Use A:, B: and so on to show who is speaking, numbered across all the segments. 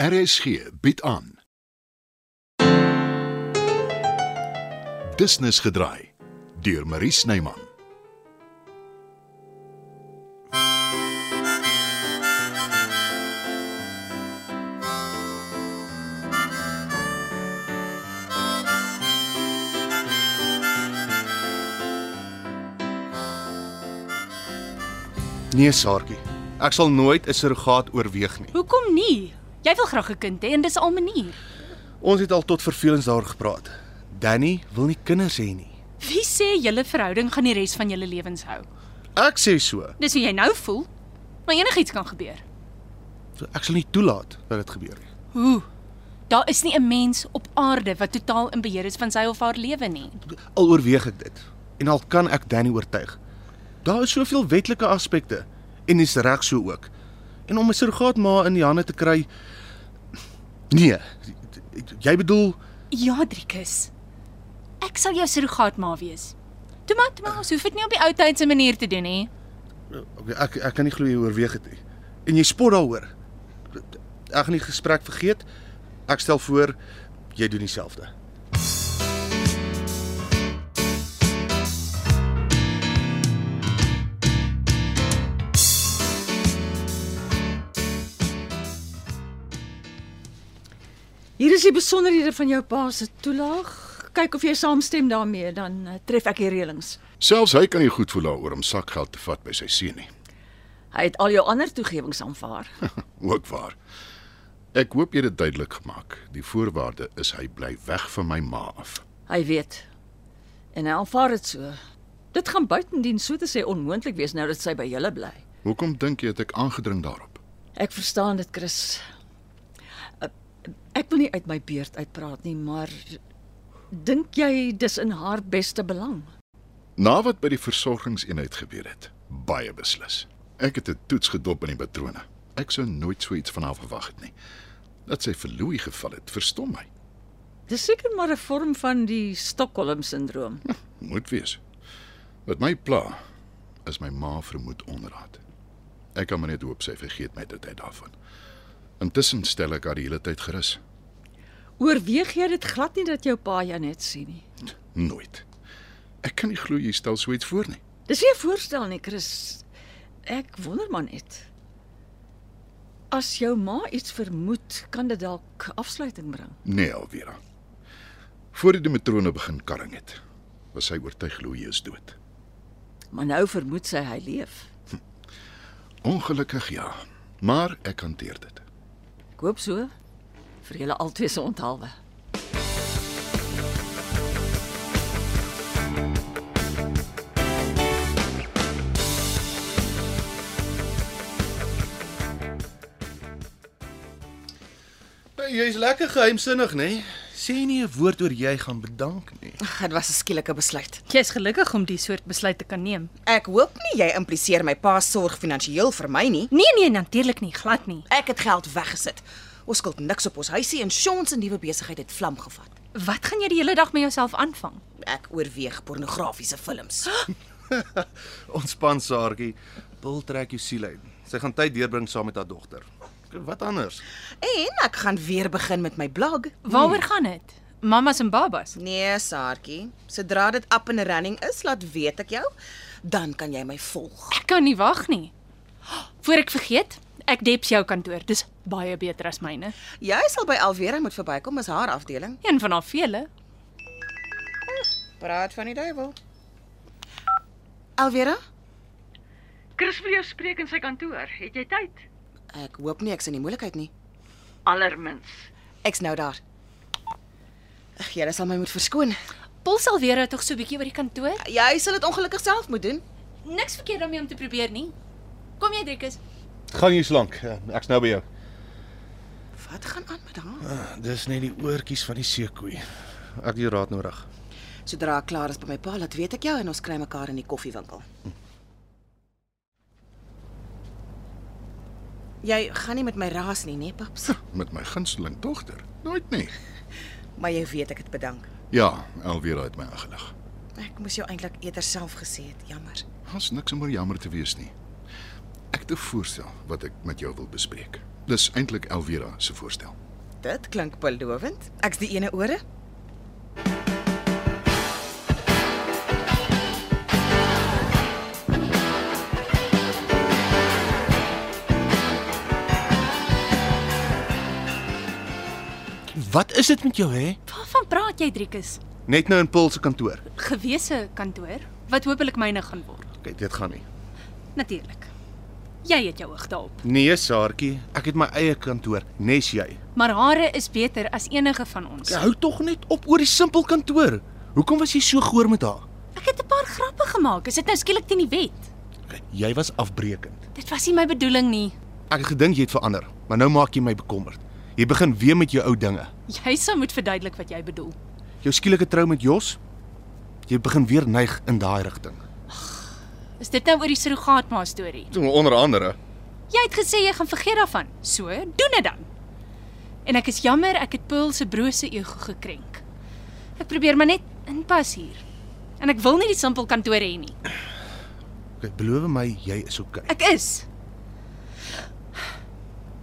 A: RSG bied aan. Business gedraai deur Marie Snyman.
B: Nee, Saartjie. Ek sal nooit 'n surrogaat oorweeg nie.
C: Hoekom nie? Jy wil graag 'n kind hê en dis al manier.
B: Ons het al tot vervelends daar gepraat. Danny wil nie kinders hê nie.
C: Wie sê julle verhouding gaan die res van julle lewens hou?
B: Ek sê so.
C: Dis hoe jy nou voel. Maar enigiets kan gebeur.
B: So ek sal nie toelaat dat dit gebeur nie.
C: Hoe? Daar is nie 'n mens op aarde wat totaal in beheer is van sy of haar lewe nie.
B: Al oorweeg ek dit en al kan ek Danny oortuig. Daar is soveel wetlike aspekte en dis reg so ook. En om 'n surrogaatma in die hande te kry Nee, jy bedoel
C: Ja, Driekus. Ek sal jou surrogaatma wees. Toe maar, toe maar, ons hoef dit nie op die ou tyd se manier te doen nie.
B: okay, ek ek kan nie glo jy oorweeg dit nie. En jy spot daaroor. Ek gaan die gesprek vergeet. Ek stel voor jy doen dieselfde.
D: Hier is die besonderhede van jou pa se toelaag. Kyk of jy saamstem daarmee, dan eh, tref ek die reëlings.
A: Selfs hy kan nie goed voel daaroor om sakgeld te vat by sy seun nie.
E: Hy het al jou ander toegewings aanvaar.
A: Ook waar. Ek hoop jy het dit duidelik gemaak. Die voorwaarde is hy bly weg van my ma af.
E: Hy weet. En hy aanvaar dit so. Dit gaan buitendien so te sê onmoontlik wees nou dat sy by julle bly.
A: Hoekom dink jy het ek aangedring daarop?
E: Ek verstaan dit, Chris. Uh, Ek wil nie uit my beurt uitpraat nie, maar dink jy dis in haar beste belang?
A: Na wat by die versorgingseenheid gebeur het, baie beslis. Ek het 'n toets gedop in die patrone. Ek sou nooit so iets van haar verwag het nie. Dat sy vir Louis geval het, verstom my.
E: Dis seker maar 'n vorm van die Stockholm-sindroom.
A: Moet wees. Wat my pla is my ma vermoed onraad. Ek kan maar net hoop sy vergeet my dit uit daarvan. Intussen stel ek haar die hele tyd gerus.
E: Oorweeg jy dit glad nie dat jou pa jou net sien nie?
A: Nooit. Ek kan nie glo jy stel so iets voor nie.
E: Dis nie 'n voorstel nie, Chris. Ek wonder maar net. As jou ma iets vermoed, kan dit dalk afsluiting bring.
A: Nee, Alvera. Voordat die matrone begin karring het, was sy oortuig Louis is dood.
E: Maar nou vermoed sy hy leef.
A: Ongelukkig ja, maar ek hanteer dit.
E: Ek hoop so vir julle albei se onthaalwe.
B: Jy's lekker geheimsinnig, nê? Nee? Sê nie 'n woord oor jy gaan bedank nie.
F: Dit was 'n skielike besluit.
C: Jy's gelukkig om die soort besluit te kan neem.
F: Ek hoop nie jy impliseer my pa sorg finansiëel vir my nie.
C: Nee nee, natuurlik nie, glad nie.
F: Ek het geld weggesit. Ons skuld niks op ons huisie en Sean se nuwe besigheid het vlam gevat.
C: Wat gaan jy die hele dag met jouself aanvang?
F: Ek oorweeg pornografiese films.
B: Ontspan Saartjie. Bil trek jou siel uit. Sy gaan tyd deurbring saam met haar dogter. Wat anders?
F: En ek gaan weer begin met my blog.
C: Waaroor gaan dit? Hmm. Mamas en babas.
F: Nee, Saartjie, sodra dit up and running is, laat weet ek jou, dan kan jy my volg.
C: Ek kan nie wag nie. Voor ek vergeet, ek deps jou kantoor. Dis baie beter as myne.
F: Jy sal by Alvera moet verbykom, is haar afdeling.
C: Een van haar vele.
F: Praat van die duiwel. Alvera,
E: Chris wil jou spreek in sy kantoor. Het jy tyd?
F: ek hoop nie ek's in die moeilikheid nie.
E: Allermins.
F: Ek's nou daar. Ag, jy sal my moet verskoon.
C: Paul sal weer tog so 'n bietjie oor die kantoor.
F: Jy sal dit ongelukkig self moet doen.
C: Niks verkeerd daarmee om te probeer nie. Kom jy, Driekus?
B: Gaan jy slank. Ek's nou by jou.
F: Wat gaan aan met haar?
B: Dis net die oortjies van die seekoei. Ek het jou raad nodig.
F: Sodra ek klaar is by my pa, laat weet ek jou en ons kry mekaar in die koffiewinkel. Jy gaan nie met my raas nie, né, paps?
A: Met my gunsteling dogter. Nooit nie.
F: Maar jy weet ek het bedank.
A: Ja, Alvera het my aangelig.
F: Ek moes jou eintlik eerder self gesê het, jammer.
A: Ons niks om oor jammer te wees nie. Ek het 'n voorstel wat ek met jou wil bespreek. Dis eintlik Elvira se voorstel.
F: Dit klink belovend. Ek's die ene ore.
B: Wat is dit met jou hè?
C: Waarvan praat jy, Driekus?
B: Net nou in Paul se kantoor.
C: Gewese kantoor wat hopelik myne gaan word.
B: Kyk, dit gaan nie.
C: Natuurlik. Jy het jou oog daarop,
B: Nee, Saartjie, ek het my eie kantoor, nes jy.
C: maar hare is beter as enige van ons.
B: Jy hou tog net op oor die simpel kantoor. Hoekom was jy so goor met haar?
C: Ek het 'n paar grappe gemaak. Is dit nou skielik teen die wet?
B: Jy was afbreekend.
C: Dit was nie my bedoeling nie.
B: Ek het gedink jy het verander, maar nou maak jy my bekommerd. Jy begin weer met jou ou dinge.
C: Jy sou moet verduidelik wat jy bedoel.
B: Jou skielike trou met Jos. Jy begin weer neig in daai rigting.
C: Is dit nou oor die surrogaatma storie?
B: Onder andere.
C: Jy het gesê jy gaan vergeet daarvan. So, doen dit dan. En ek is jammer ek het Paul se brose ego gekrenk. Ek probeer maar net inpas hier. En ek wil nie die simpel kantoor hê nie.
B: Okay, beloof my jy is okay.
C: Ek is.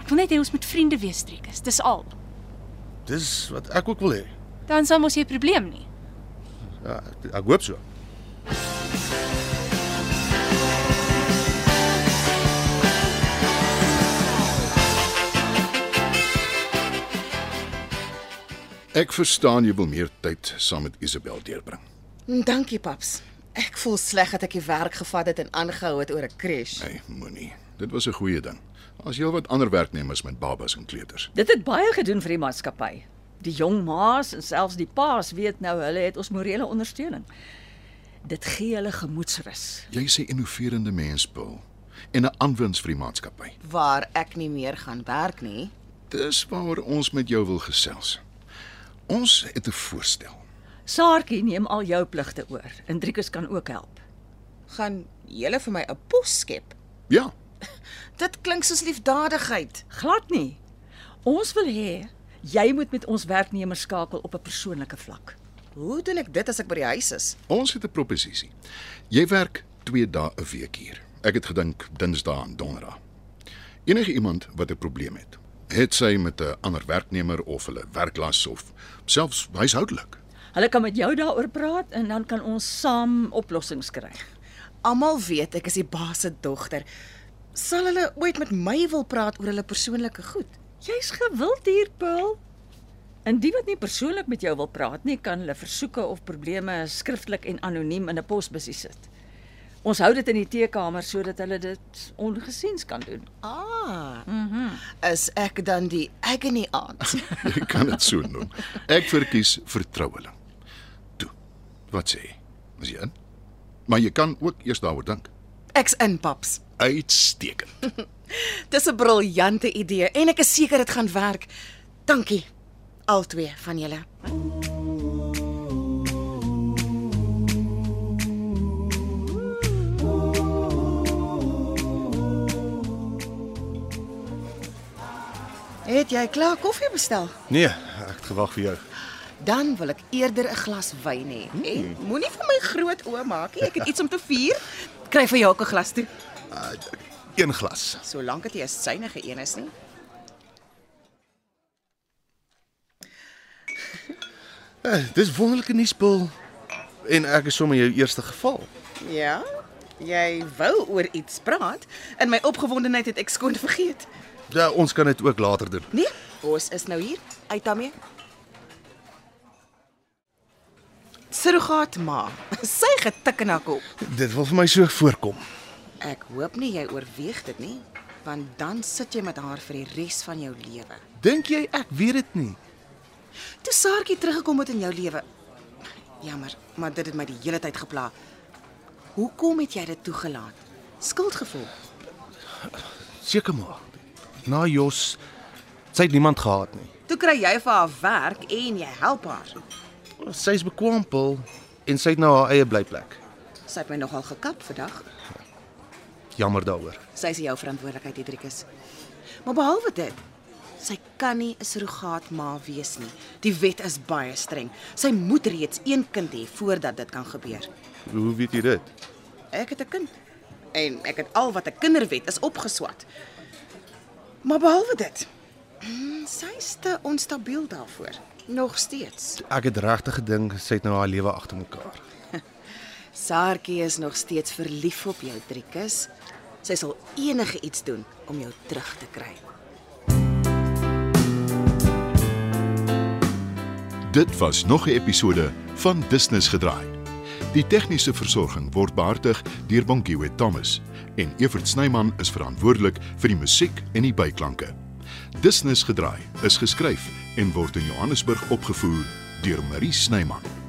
C: Ek wil net hê ons moet vriende wees, Driekus. Dis al.
B: Dis wat ek ook wil hê.
C: Dan sal mos jy 'n probleem nie.
B: Ja, ek, ek hoop so.
A: Ek verstaan jy wil meer tyd saam met Isabel deurbring.
F: Mm, Dankie, paps. Ek voel sleg dat ek die werk gevat het en aangehou het oor 'n crash.
A: Nee, moenie. Dit was 'n goeie ding. As jy wat ander werknemers met babas en kleuters.
E: Dit het baie gedoen vir die maatskappy. Die jong maas en selfs die paas weet nou hulle het ons morele ondersteuning. Dit gee hulle gemoedsrus.
A: Jy sê innoverende mens, Paul, en 'n aanwins vir die maatskappy.
F: Waar ek nie meer gaan werk nie.
A: Dis waaroor ons met jou wil gesels. Ons het 'n voorstel.
E: Saartjie neem al jou pligte oor. Indrikus kan ook help.
F: Gaan julle vir my 'n pos skep?
A: Ja,
F: Dit klink soos liefdadigheid.
E: Glad nie. Ons wil hê jy moet met ons werknemers skakel op 'n persoonlike vlak.
F: Hoe doen ek dit as ek by die huis is?
A: ons het 'n proposisie. Jy werk 2 dae 'n week hier. Ek het gedink Dinsdae en Donderdag. Enige iemand wat 'n probleem het, het sy met 'n ander werknemer of hulle werklas of selfs huishoudelik.
E: Hulle kan met jou daaroor praat en dan kan ons saam oplossings kry.
F: Almal weet ek is die baas se dogter. Sal hulle ooit met my wil praat oor hulle persoonlike goed?
E: Jy's gewild hier, Paul. Indien wat nie persoonlik met jou wil praat nie, kan hulle versoeke of probleme skriftelik en anoniem in 'n posbusie sit. Ons hou dit in die teekamer sodat hulle dit ongesiens kan doen.
F: Ah. Mhm. is ek dan die agony aunt?
A: Jy kan dit so noem. Ek verkies vertroueling. Toe. Wat sê jy? Is jy in? Maar jy kan ook eers daaroor dink.
F: Ek's in, paps.
A: Uitstekend.
F: Dis 'n briljante idee en ek is seker dit gaan werk. Dankie al twee van julle. Het jy klaar koffie bestel?
B: Nee, ek het gewag vir jou.
F: Dan wil ek eerder 'n glas wyn hê. Mm. En moenie vir my groot oë maak nie. Ek het iets om te vier. Kry vir jou ook 'n glas toe.
B: Een glas.
F: Solank dit nie 'n synige een is nie.
B: Eh, dis wonderlike nuus, Paul. En ek is sommer jou eerste geval.
F: Ja, jy wou oor iets praat. In my opgewondenheid het ek skoon vergeet.
B: Ja, ons kan dit ook later doen.
F: Nee, ons is nou hier. Uit daarmee. Surrogaat ma. Sy getik in haar kop.
B: Dit wil vir my so voorkom.
F: Ek hoop nie jy oorweeg dit nie, want dan sit jy met haar vir die res van jou lewe.
B: Dink jy ek weet dit nie?
F: Toe Saartjie teruggekom het in jou lewe. Jammer, maar dit het my die hele tyd gepla. Hoekom het jy dit toegelaat? Skuldgevoel.
B: Seker maar. Na Jos sy het niemand gehad nie.
F: Toe kry jy vir haar werk en jy help haar.
B: Sy's bekwampel en sy het nou haar eie blyplek.
F: Sy het my nogal gekap vandag.
B: Jammer daaroor.
F: Sy is jou verantwoordelikheid, Hendrikus. Maar behalwe dit, sy kan nie 'n surrogaatma wees nie. Die wet is baie streng. Sy moet reeds een kind hê voordat dit kan gebeur.
B: Hoe weet jy dit?
F: Ek het 'n kind en ek het al wat 'n kinderwet is opgeswat. Maar behalwe dit, mm, sy's te onstabiel daarvoor. Nog steeds.
B: Ek het regtig gedink sy het nou haar lewe agter mekaar.
F: Saartjie is nog steeds verlief op jou, Driekus. Sy sal enige iets doen om jou terug te kry.
A: Dit was nog 'n episode van Business Gedraai. Die tegniese versorging word behartig deur Bongiwet Thomas en Evert Snyman is verantwoordelik vir die musiek en die byklanke. Business Gedraai is geskryf en word in Johannesburg opgevoer deur Marie Snyman.